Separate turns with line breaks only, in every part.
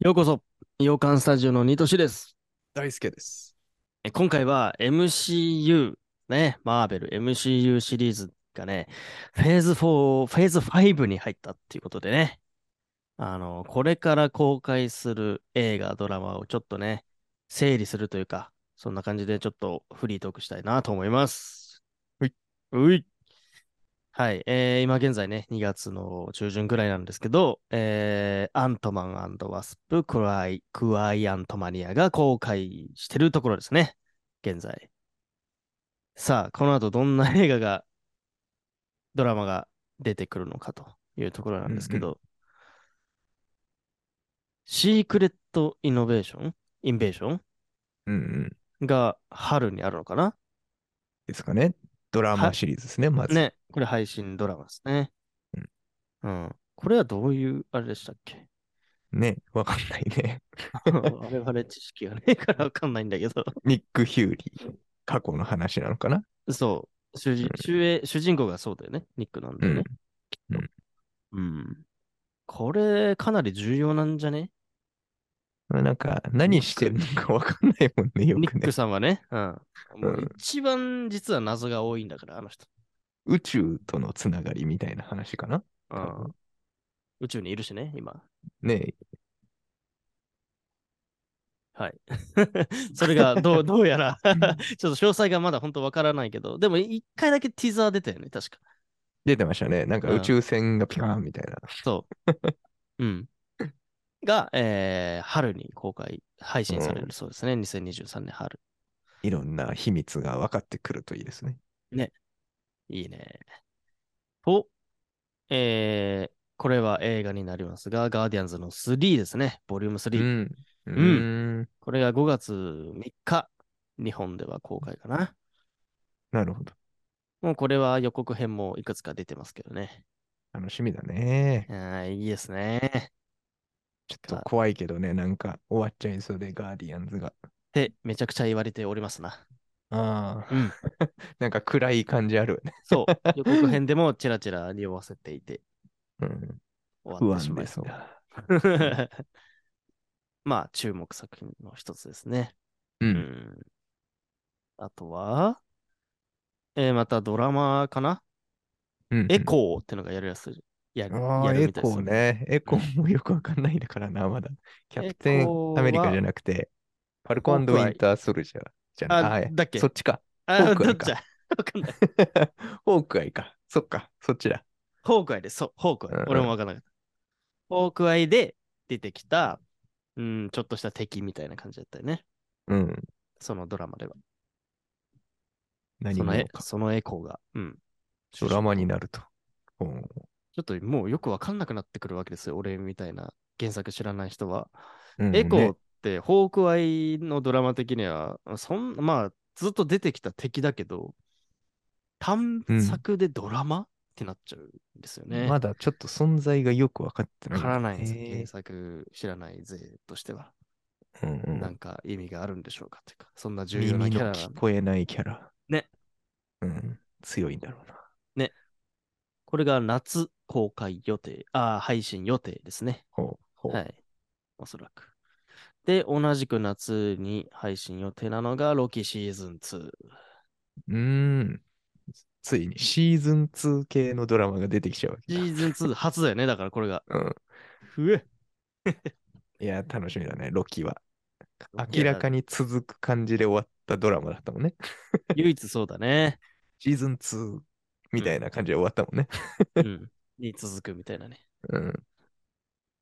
ようこそ、洋館スタジオのニトシです。
大輔です。
え今回は MCU、ね、マーベル MCU シリーズがね、フェーズ4、フェーズ5に入ったっていうことでね、あの、これから公開する映画、ドラマをちょっとね、整理するというか、そんな感じでちょっとフリートークしたいなと思います。
はい。
うい。はい、えー今現在ね、2月の中旬ぐらいなんですけど、えーアントマンワスプクワイ、クワイアントマニアが公開してるところですね、現在。さあ、この後どんな映画が、ドラマが出てくるのかというところなんですけど、シークレットイノベーションインベーショ
うんうん。
ンが春にあるのかな
ですかね。ドラ
は
マ
い
シリーズですね、まず。
ね、これ配信ドラマですね。うん。これはどういう、あれでしたっけ
ね。わかんないね。
我々知識がねえからわかんないんだけど。
ニック・ヒューリー。過去の話なのかな。
そう。主人主演主人公がそうだよね。ニックなんだよね。
うん
きっとうん。これ、かなり重要なんじゃね
まあなんか、何してるのかわかんないもんね、よ
ニッ
くね
ク。さんはね。うん。もううん一番実は謎が多いんだから、あの人。
宇宙とのつながりみたいな話かな。
う
多
ん
分。
宇宙にいるしね、今。
ね
はい。 それが どう、どうやら 、ちょっと詳細がまだ本当わからないけど、でも一回だけティザー出たよね、確か。
出てましたね。なんか
うん
宇宙船がピカーンみたいな。
そう。うん。が、えー春に公開、配信されるそうですね、2023年春。
いろんな秘密が分かってくるといいですね。
いいね。と、えーこれは映画になりますが、ガーディアンズの3ですね、ボリューム
う
3。
ん。う
うん
ん。
これが5月3日、日本では公開かな。
なるほど。
もうこれは予告編もいくつか出てますけどね。
楽しみだね。
あーいいですね。
ちょっと怖いけどね、なんか終わっちゃいそうで、ガーディアンズが。
って、めちゃくちゃ言われておりますな。
ああ、
うん
なんか暗い感じあるよね。
そう。予告編でもチラチラ匂わせていて
うん、
終
不
わってし
安
ま
で
い
す
そう。
が。
まあ、注目作品の一つですね。
う、
うんん。あとは、えーまたドラマかな、
うん。
エコーってのがやるやつ。やる
あ
や
あ、
る
エ
みたいで
コ
す
ー
よ。
ね。エコーもよくわかんないんだからな、 まだ。キャプテ
エ
ン
コーは
アメリカじゃなくて、ファルコンウ
ホークアイ
ィンターソルジャーじゃない。
あ
あいや
だっけ
そっちか。
あ
ホ
あ、
ーク
ど
ア
っ
イ
ちだわかんない。
ホークアイか。そっか、そっちだ。
ホークアイで、そう、ホークアイ。
うん
俺もわかんなかった。ホークアイで出てきた、うん、ちょっとした敵みたいな感じだったよね。
うん。
そのドラマでは。
何
その
者
エ
か。
そのエコーが。うん。
ドラマになると。うん
ちょっともうよくわかんなくなってくるわけですよ。俺みたいな原作知らない人は。
うん
エコー
ね
って、ホークアイのドラマ的には、そんまあ、ずっと出てきた敵だけど、単作でドラマ、ってなっちゃうんですよね。
まだちょっと存在がよく分かってない。
わからないんですよ、
へ
原作知らない勢としては。
ーうんうん
なんか意味があるんでしょうかっていうか、そんな重要な
耳
キャラ
の
な
聞
んで
こえないキャラ。
ね。
うん。強いんだろうな。
これが夏公開予定、あー配信予定ですね。
ほう。ほう
はい。おそらく。で、同じく夏に配信予定なのが、ロキシーズン2。
うーん。ついにシーズン2系のドラマが出てきちゃうわけ
シ
だ。
ーズン2 初だよね、だからこれが。
うん。
ふえ。
いや、楽しみだね、ロキは。
ロキ
明
は
らかに続く感じで終わったドラマだったもんね。
唯一そうだ ね。
シーズン2みたいな感じで終わったもんね。
うん。に続くみたいなね。
うん。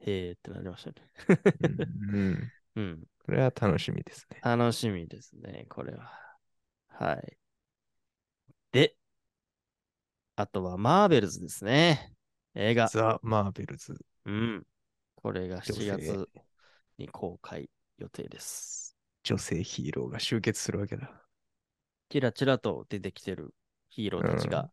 へえってなりましたね。
うん。
うん。
これは楽しみですね。
楽しみですね、これは。はい。で、あとはマーベルズですね。映画。
ザ・マーベルズ。
うん。これが7
女性
月に公開予定です。
女性ヒーローが集結するわけだ。
キラキラと出てきてるヒーローたち
う
が、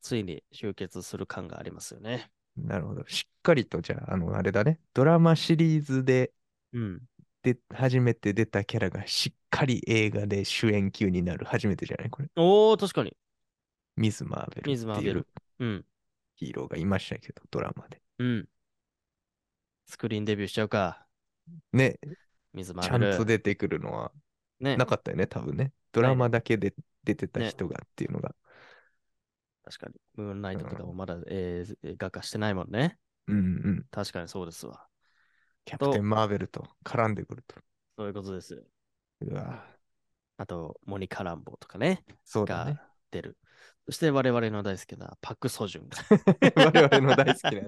ついに集結する感がありますよね。
なるほど。しっかりと、じゃあ、あの、あれだね。ドラマシリーズで
うん。
で初めて出たキャラがしっかり映画で主演級になる初めてじゃないこれ。
おー、確かに。
ミズ・マーベル
ミズマ
っ
ー
て
ベ
い
ル
う
うん。
ヒーローがいましたけど、ドラマで。
うん。スクリーンデビューしちゃうか。
ね、
水
ち
丸。
ゃんと出てくるのは
ね
な。かったよね、多分ね。ドラマだけで出てた
ね
人がっていうのが。
確かに。ムーンナイトとか
うん
もまだ、えー映画化してないもんね。
うんうん。
確かにそうですわ。
キャプテ
と
ン・マーベルと絡んでくると。
そういうことです。
うわ
あと、モニカ・ランボーとかね、
そうだ
が
ね。
出る。そして我々の大好きなパク・ソジ ュンが。
我々の大好きな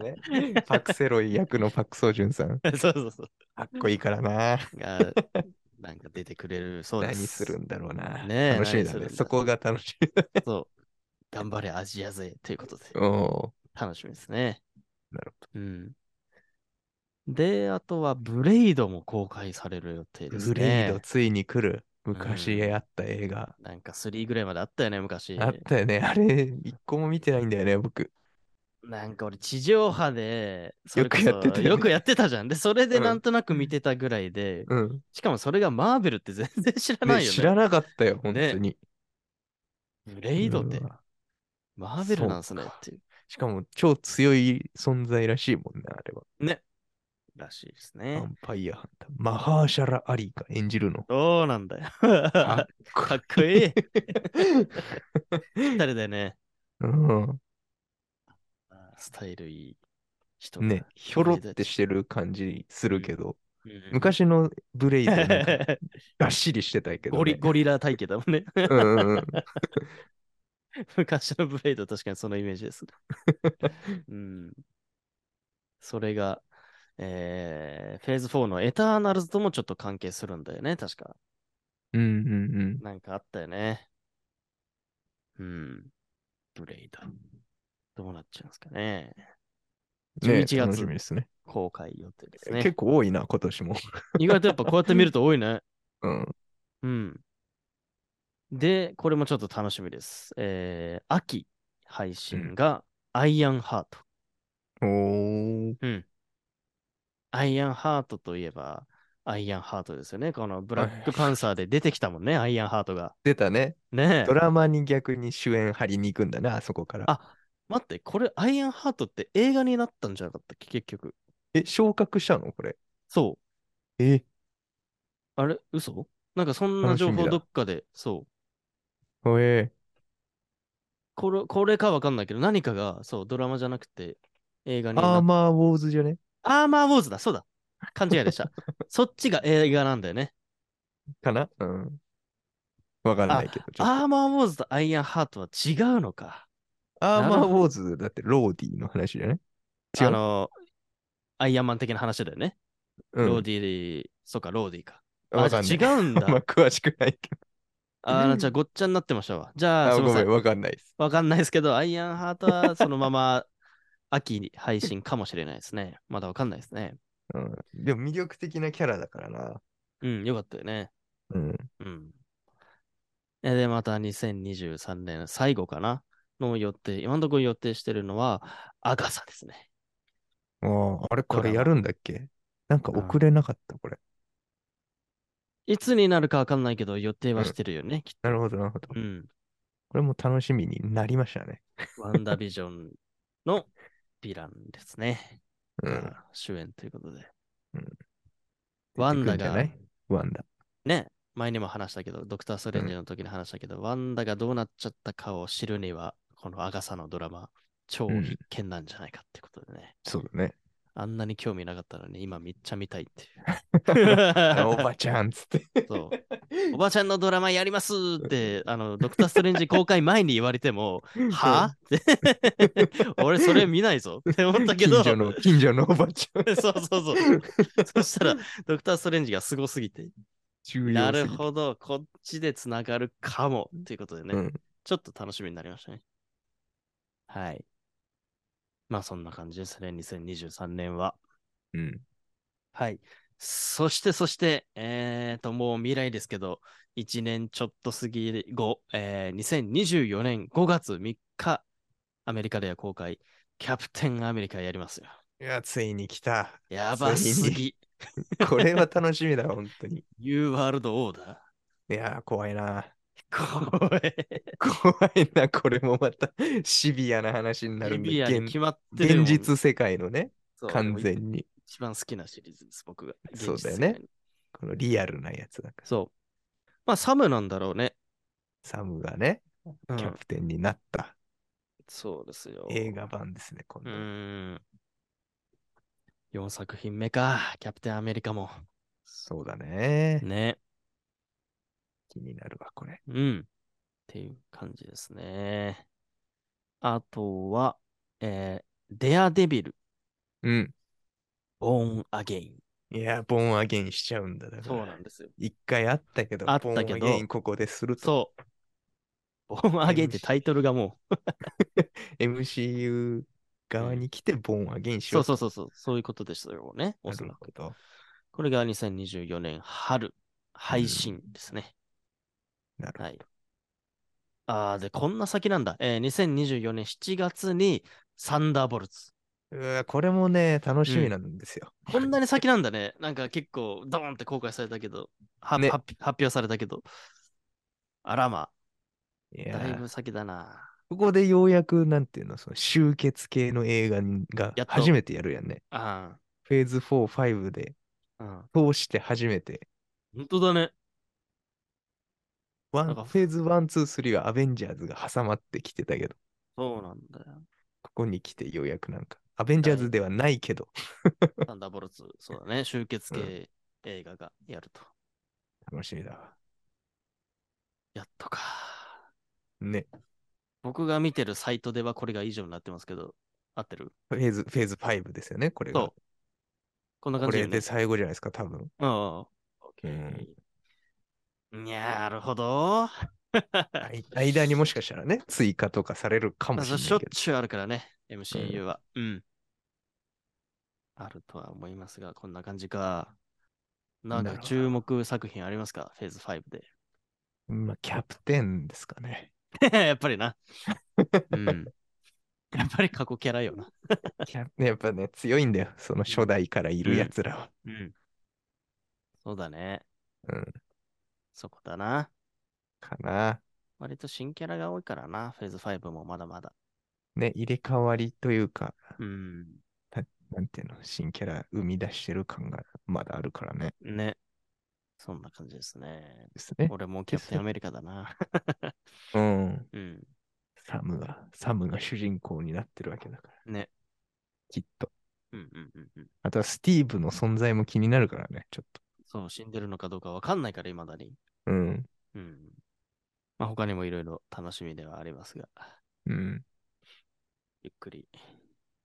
ね。パクセロイ役のパクソジュンさん。
そうそうそ
かっこいいからな。
う。が、なんか出てくれるそうで
何
す。
するんだろうな。
ねえ
楽しみ
何
だ
するん
ね。
だ
そこが楽しみだ。
そう。頑張れ、アジア勢ということで、
おー
楽しみですね。
なる
ほど。うん。で、あとは、ブレイドも公開される予定ですね。
ブレイドついに来る。昔やった映画。
なんか3ぐらいまであったよね、昔。
あったよね。あれ、一個も見てないんだよね、僕。
なんか俺、地上波で、それこそ
よくやってたよね
よくやってたじゃん。で、それで
うん
なんとなく見てたぐらいで、
うん。
しかもそれがマーベルって全然知らないよ
ね、
ね。
知らなかったよ、本当に。
ブレイドって
うわ
マーベルなんすね
そうか
っていう。
しかも、超強い存在らしいもんね、あれは。
ね。らしいです
ヴ
ね
ァ。ンパイアハンター。マハーシャラ・アリーが演じ るの。
そうなんだよ。
か
か
っこ
っこいい。
いい。
二人でね、
うん
スタイルいい人が
ね、ひょろってしてる感じするけど、
うんうん
昔のブレイドな んかがっしりしてたけど、ね。
ゴリゴリラ体型だもんね。
うんうんうん。
昔のブレイド、確かにそのイメージ です。うん。それが、えー、フェーズ4のエターナルズともちょっと関係するんだよね、確か。
うんうん うん。
なんかあったよね。うん。ブレイド。どうなっちゃうんですかね。11
ね
月
楽しみですね。
公開予定ですね。
結構多いな、今年も。
意外とやっぱこうやって見ると多いね。
うん。
うん。で、これもちょっと楽しみです。えー、秋配信が、アイアンハート。
おー。
アイアンハートといえば、アイアンハートですよね。このブラックパンサーで出てきたもんね、アイアンハートが。
出たね。
ねえ
ド。ラマに逆に主演張りに行くんだな、あそこから。
あ待って、これ、アイアンハートって映画になったんじゃなかったっけ、結局。
え、昇格したのこれ。
そう。
え、
あれ嘘なんかそんな
楽し
情
みだ
報どっかで、そう。
おえ
これ、これかわかんないけど、何かが、そう、ドラマじゃなくて、映画にな
アー
っ
マーウォーズじゃね
アーマーウォーズだ、そうだ。勘違いで した。そっちが映画なんだよね。
かなうん。わからないけど。ちょっと
アーマーウォーズとアイアンハートは違うのか。
アー
なる
マー
ほ
ウォーズだってローディの話じゃね違う
あの、アイアンマン的な話だよね。
うん
ローディー、そうか、ローディーか。
わ
あ、じゃ
か
あ
ん
違
な
うん
い。あんま
だ。
詳しくないけど。
あ、じゃあごっちゃになってましたわ。じゃあ、
あ
すいま
ご
せ
め
ん
ん、。わかんないです。
わかんないですけど、アイアンハートはそのまま秋に配信かもしれないですね。まだわかんないですね。
うん、でも魅力的なキャラだからな。
うん、よかったよね。
うん。
うん。えで、また2023年最後かなの予定、今のところ予定してるのは、アガサですね。
ああ、あれこ
ドラ
れ
マ
やるんだっけなんか遅れなかった、これ。
いつになるかわかんないけど、予定はしてるよね、きっ
なるほど、なるほど。
と。うん。
これも楽しみになりましたね。
ワンダービジョンのヴィランですね。
うん。
主演ということで。
うん
ワン
出
ダ
てくんじゃ
が
な、いワンダ。
ね、前にも話したけど、ドクター・ストレンジの時に話したけど、ワンダがどうなっちゃったかを知るには、このアガサのドラマ、超
うん
必見なんじゃないかってことでね。
そうだ ね。
あんなに興味なかったのに、今めっちゃ見たいっていう。
あのお ばちゃんっつって。
そうおばちゃんのドラマやりますって、あの、ドクター・ストレンジ公開前に言われても、 はぁって、 俺それ見ないぞって思ったけど、
近所の、近所のおばちゃん。
そうそうそう。そしたら、ドクター・ストレンジがすごすぎて、
重
な
要
る
すぎる。
ほど、こっちでつながるかもということでね、
うん。
ちょっと楽しみになりましたね。はい。まあそんな感じですね、2023年は。
うん。
はい。そして、そして、えーと、もう未来ですけど、1年ちょっと過ぎ後、えー2024年5月3日、アメリカでは公開、キャプテンアメリカやりますよ。
いや、ついに来た。
やば
つ
す
いに
ぎ。
これは楽しみだ、本当に。
ニューワールドオーダ
いやー、怖 い な。
ー。怖い。
怖いな、これもまたシビアな話になる
リ
ん
ビ
で、
アに
現
決まってるも
現
ん
実世界のね、完
に
全に。
一番好きなシリーズです、僕が。
そうだよね
現実世界の。
このリアルなやつだから。
そう。まあ、サムなんだろうね。
サムがね、
うん
キャプテンになった
そうですよ。
映画版ですね、今
う
度は。
ーん。4作品目か、キャプテンアメリカ も。
そうだね。
ね。
気になるわ、これ。
うん。っていう感じですね。あとは、えーデアデビル、
うん。
ボーンアゲイン。
いや、ボーンアゲインしちゃうんだ。だか
そうな
ら
ん、ですよ。
一回あったけど、
あったけど
ボーンアゲインここですると。
そう。ボーンアゲインってタイトルがも
MCU 側に来て、ボーンアゲイン
う、
し
そ
よ
う
う
そうそうそう、そういうことですよね。お
な
そ
る
ら
ほ
く。
ど。
これが2024年春、配信ですね。
なるほど
はい。ああ、で、こんな先なんだ。えー、2024年7月に、サンダーボルツ。
うわこれもね、楽しみなんですよ。
こんなに先なんだね。 なんか結構、ドーンって公開されたけど、は
ね
発発表されたけど。あらま、
いや
だいぶ
ー
先だな。
ここでようやく、なんていうの、その集結系の映画が
やっと
初めてやるやんね。
あ
フェーズ4、5で
あ、うん。
通して初めて。
本当だね。
ワ
なん
ン
か
フェーズ1、2、3はアベンジャーズが挟まってきてたけど、
そうなんだよ。
ここに来てようやくなんか、アベンジャーズではないけど、
サンダーボルツ、そうだね。集結系映画がやると。
楽しみだわ。
やっとか。
ね。
僕が見てるサイトではこれが以上になってますけど、合ってる
フェーズ、フェーズ5ですよね、これが。
そうこんな感
こ
じ
れ
よね
で最後じゃないですか、多分。
ああ。
う
OK
ん。
いやーなるほど。
あい間にもしかしたらね、追加とかされるかもしれ
しょ
な
っ
いけど。
ちゅうあるからね、MCU は。うん。あるとは思いますが、こんな感じか。なん
な
か
るほど
注目作品ありますかフェーズ5で。
まあ、キャプテンですかね。
やっぱり な。うん。やっぱり過去キャラよな。
キャやっぱね、強いんだよ。その初代からいるやつらは。
うん。そうだね。
うん。
そこだな。
かな。
割と新キャラが多いからな、フェーズ5もまだまだ。
ね、入れ替わりというか、
うん。
なんていうの、新キャラ生み出してる感がまだあるからね。
ね。そんな感じですね。
ですね。
俺もキャプテンアメリカだな。
うん。
うん。
サムが、サムが主人公になってるわけだから。
ね。
きっと。
うんうんうんうん。
あとはスティーブの存在も気になるからね、ちょっ
そう、死んでるのかどうかわかんないから、未だに。
と。うん。
うん。まあ、他にもいろいろ楽しみではありますが、
うん。
ゆっくり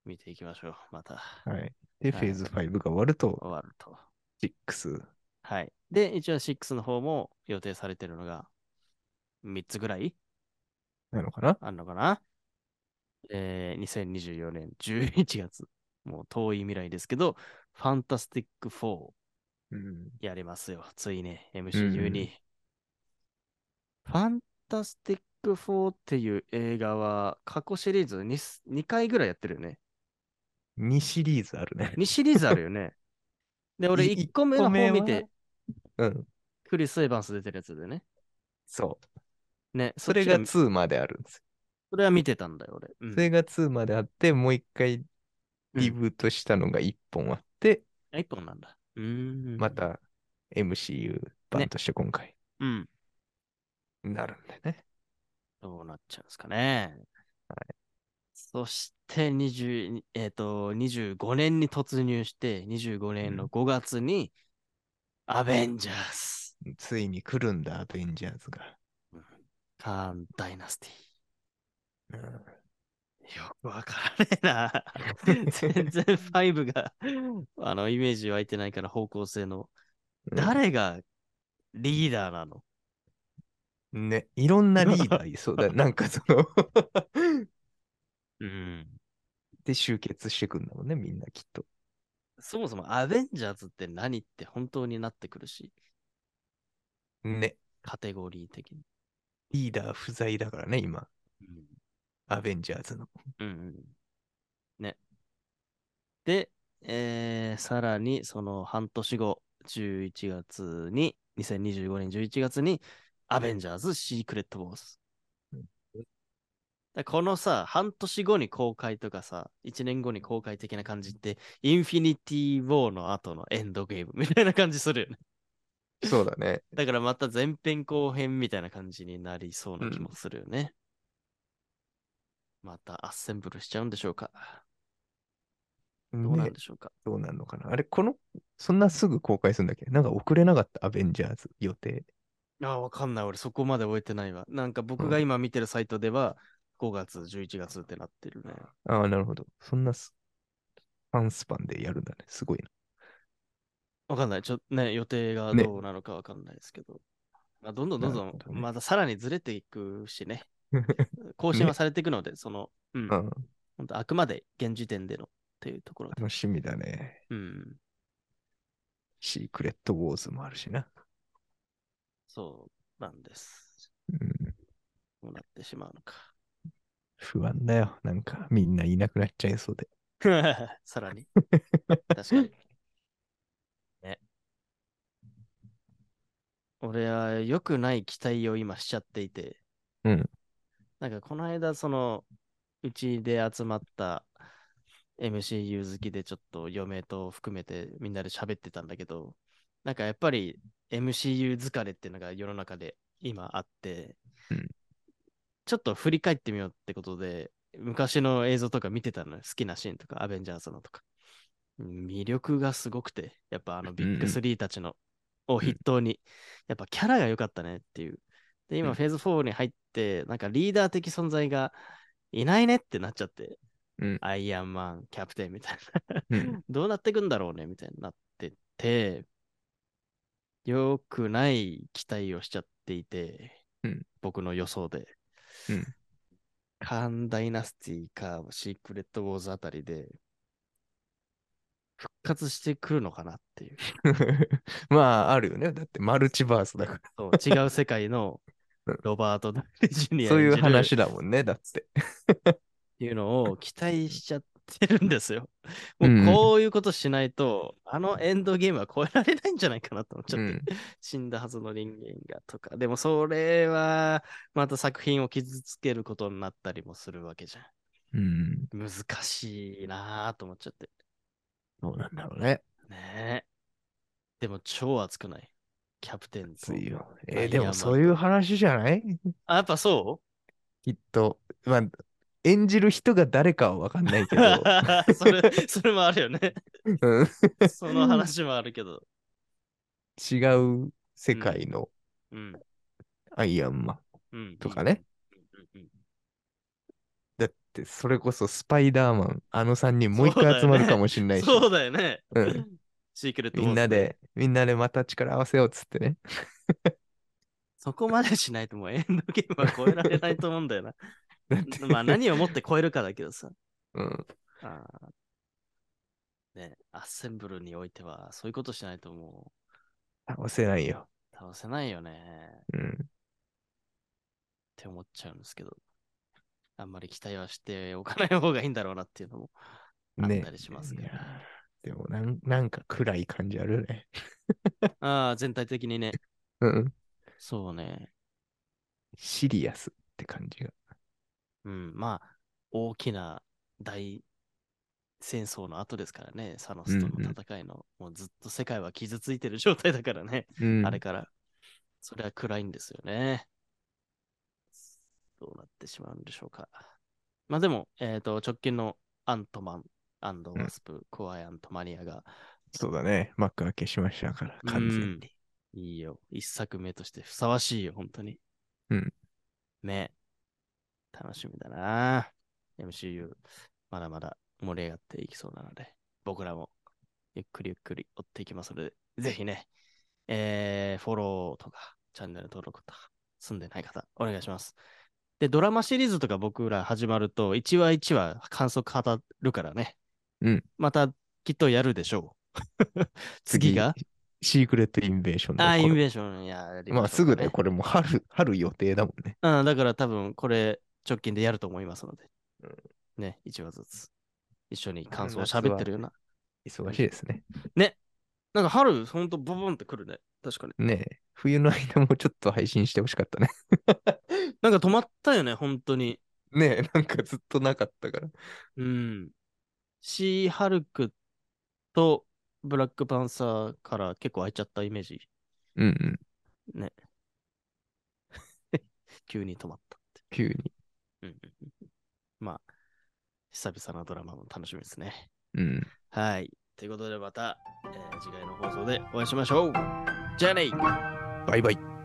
見ていきましょう。また
はい。で、
はい
フェーズ5が終わると、
終わると。
6。
はい。で、一応6の方も予定されてるのが3つぐらい
なのかな
あるのかなえー、2024年11月、もう遠い未来ですけど、ファンタスティック4
うん。
やりますよ。ついに MCU に。ファンタスティック4っていう映画は過去シリーズ 2, 2回ぐらいやってるよ ね。
2シリーズあるね。
2シリーズあるよ ね。で、俺
い
1個目の方
一個目は
見て、
うん。
クリス・エヴァンス出てるやつでね。
そう。
ね、
それが
そっちは
2まであるんですよ。
それは見てたんだよ、俺。うん
それが2まであって、もう一回リブートしたのが1本あって、
あ一本なんだ。うーん。
ま。た MCU 版として今回
うん。
なるんだよね。
どうなっちゃうんですかね。そして20、えー、と25年に突入して、25年の5月に、アベンジャーズ、
ついに来るんだ、アベンジャーズが。
カーン・ダイナステ
うん
ィ。よくわからねえ な。全然5が、あの、イメージ湧いてないから方向性の。誰がリーダーなの
ね、いろんなリーダー いそうだ。なんかその
うん。
で集結してくんだもんね、みんなきっと。
そもそもアベンジャーズって何って本当になってくるし、
ね、
カテゴリー的に。
リーダー不在だからね、今。
うん
アベンジャーズの。
うんうん。ね。で、えーさらにその半年後、11月に、2025年11月に、アベンジャーズ・シークレット・ウォーズ
うん。
だこのさ、半年後に公開とかさ、1年後に公開的な感じって、インフィニティ・ウォーの後のエンドゲームみ たいな感じするよね。
そうだね。
だからまた前編後編みたいな感じになりそうな気もするよね。またアッセンブルしちゃうんでしょうかどうなん
ね
でしょうか、
どうなんのかな。あれ、この、そんなすぐ公開するんだっけなんか遅れなかった、アベンジャーズ予定。
ああ、わかんない。俺そこまで終えてないわ。なんか僕が
うん
今見てるサイトでは、5月、11月ってなってるね。
ああ、なるほど。そんなす、ファンスパンでやるんだね。すごいな。
わかんない。ちょっとね、予定が
ね
どうなのかわかんないですけど。まあ、どんどんどんど
なる
ん
ほ、どね
またさらにずれていくし ね。更新はされていくので、その、うん。
うん、
本当あくまで現時点でのっていうところで。
楽しみだね。
うん。
シークレットウォーズもあるしな。
そうなんです。
うん、
こうなってしまうのか。
不安だよ。なんか、みんないなくなっちゃいそうで。
さらに。確か に。ね。俺は良くない期待を今しちゃっていて。
うん。
なんかこの間、その、うちで集まった MCU 好きでちょっと嫁と含めてみんなで喋ってたんだけど、なんかやっぱり MCU 疲れっていうのが世の中で今あって、
うん
ちょっと振り返ってみようってことで、昔の映像とか見てたのよ好きなシーンとか、アベンジャーズのとか。魅力がすごくて、やっぱあのビッグスリーたちの、を筆頭に、やっぱキャラが良かったねっていう。で、
う
今
ん
フェーズ4に入って、なんかリーダー的存在がいないねってなっちゃって、
うん。
アイアンマン、キャプテンみたいな。
うん、
どうなってくんだろうねみたいになってて、良くない期待をしちゃっていて、
うん
僕の予想で。
うん
カーンダイナスティかシークレットウォーズあたりで復活してくるのかなって いう。
まあ、あるよね。だって、マルチバースだから。
そう違う世界のロバート・ダウニー・ジュニア
そういう
演じる
話だもんね。だって。
っていうのを期待しちゃってるんですよ。
うん
もうこういうことしないと、あのエンドゲームは超えられないんじゃないかなと思っちゃ
う
って、
ん。
死んだはずの人間がとか。でもそれはまた作品を傷つけることになったりもするわけじゃん。
うん。
難しいなぁと思っちゃって。
どうなんだろうね。
ねえ。でも超熱くないキャプテンと
つ。いよ。
アイアンマ
えー
ン
でもそういう話じゃない
あ、やっぱそ
きっと。まあ、演じる人が誰かは分かんないけ
う
ど。
それ、 それもあるよね。
うん
その話もあるけど。
違う世界の
うん。
アイアンマン。
うん。
とかね
うん。うん。うん
だって、それこそスパイダーマン、あの3人もう一
そうだよね
回集まるかもしれないし。
そうだよね。
うん
シークレットウォーズ
みんな。で、みんなでまた力合わせようっつってね。
そこまでしないともうエンドゲームは超えられないと思うんだ よな。
だって
まあ何をもって超えるかだけどさ。
うん。
あーね、アッセンブルにおいてはそういうことしないとも
倒せないよ。
う倒せないよね。
うん。
って思っちゃうんですけど、あんまり期待はしておかない方がいいんだろうなっていうのもあっ
ね
た。りします
い
けど、
やーでもなん、なんか暗い感じあるね。
ああ、全体的にね、
うん。
そうね、
シリアスって感じが。
うん、まあ、大きな大戦争の後ですからね、サノ
う
ス
ん
と
うん
の戦いの、もうずっと世界は傷ついてる状態だからね、
うん
あれから、それは暗いんですよね。どうなってしまうんでしょうか。まあでも、えっ、と、直近のアントマンワスプ、コアアントマニアが、
そうだね。幕開けしましたから、完全に。
いいよ。一作目としてふさわしいよ、本当に。
うん。
ね。楽しみだな。MCU、まだまだ盛り上がっていきそうなので、僕らもゆっくりゆっくり追っていきますので、ぜひね、えー、フォローとか、チャンネル登録とか、住んでない方、お願いします。で、ドラマシリーズとか僕ら始まると、1話1話感想語るからね。
うん。
またきっとやるでしょ う。次が
シークレットインベーションの
あ、イン
頃
ベーションやり
まあ
しょ
す
うか
ぐね、これもう春、 春予定だもんね。
うん、だから多分これ直近でやると思いますので
うん。
ね、一話ずつ。一緒に
あ
感想を
夏は
喋ってるような。
忙しいですね。
なんか春、ほんとボボンってくるね。確かに。
ねえ、冬の間もちょっと配信してほしかったね。
なんか止まったよね、本当に。
ねえ、なんかずっとなかったから。
うん。シー・ハルクとブラックパンサーから結構空いちゃったイメージ。
うんうん。
急に止まった。
急に。
うんうんうんまあ、久々なドラマも楽しみですね。
うん。
はい。ということでまた、えー次回の放送でお会いしましょう。じゃあね
バイバイ。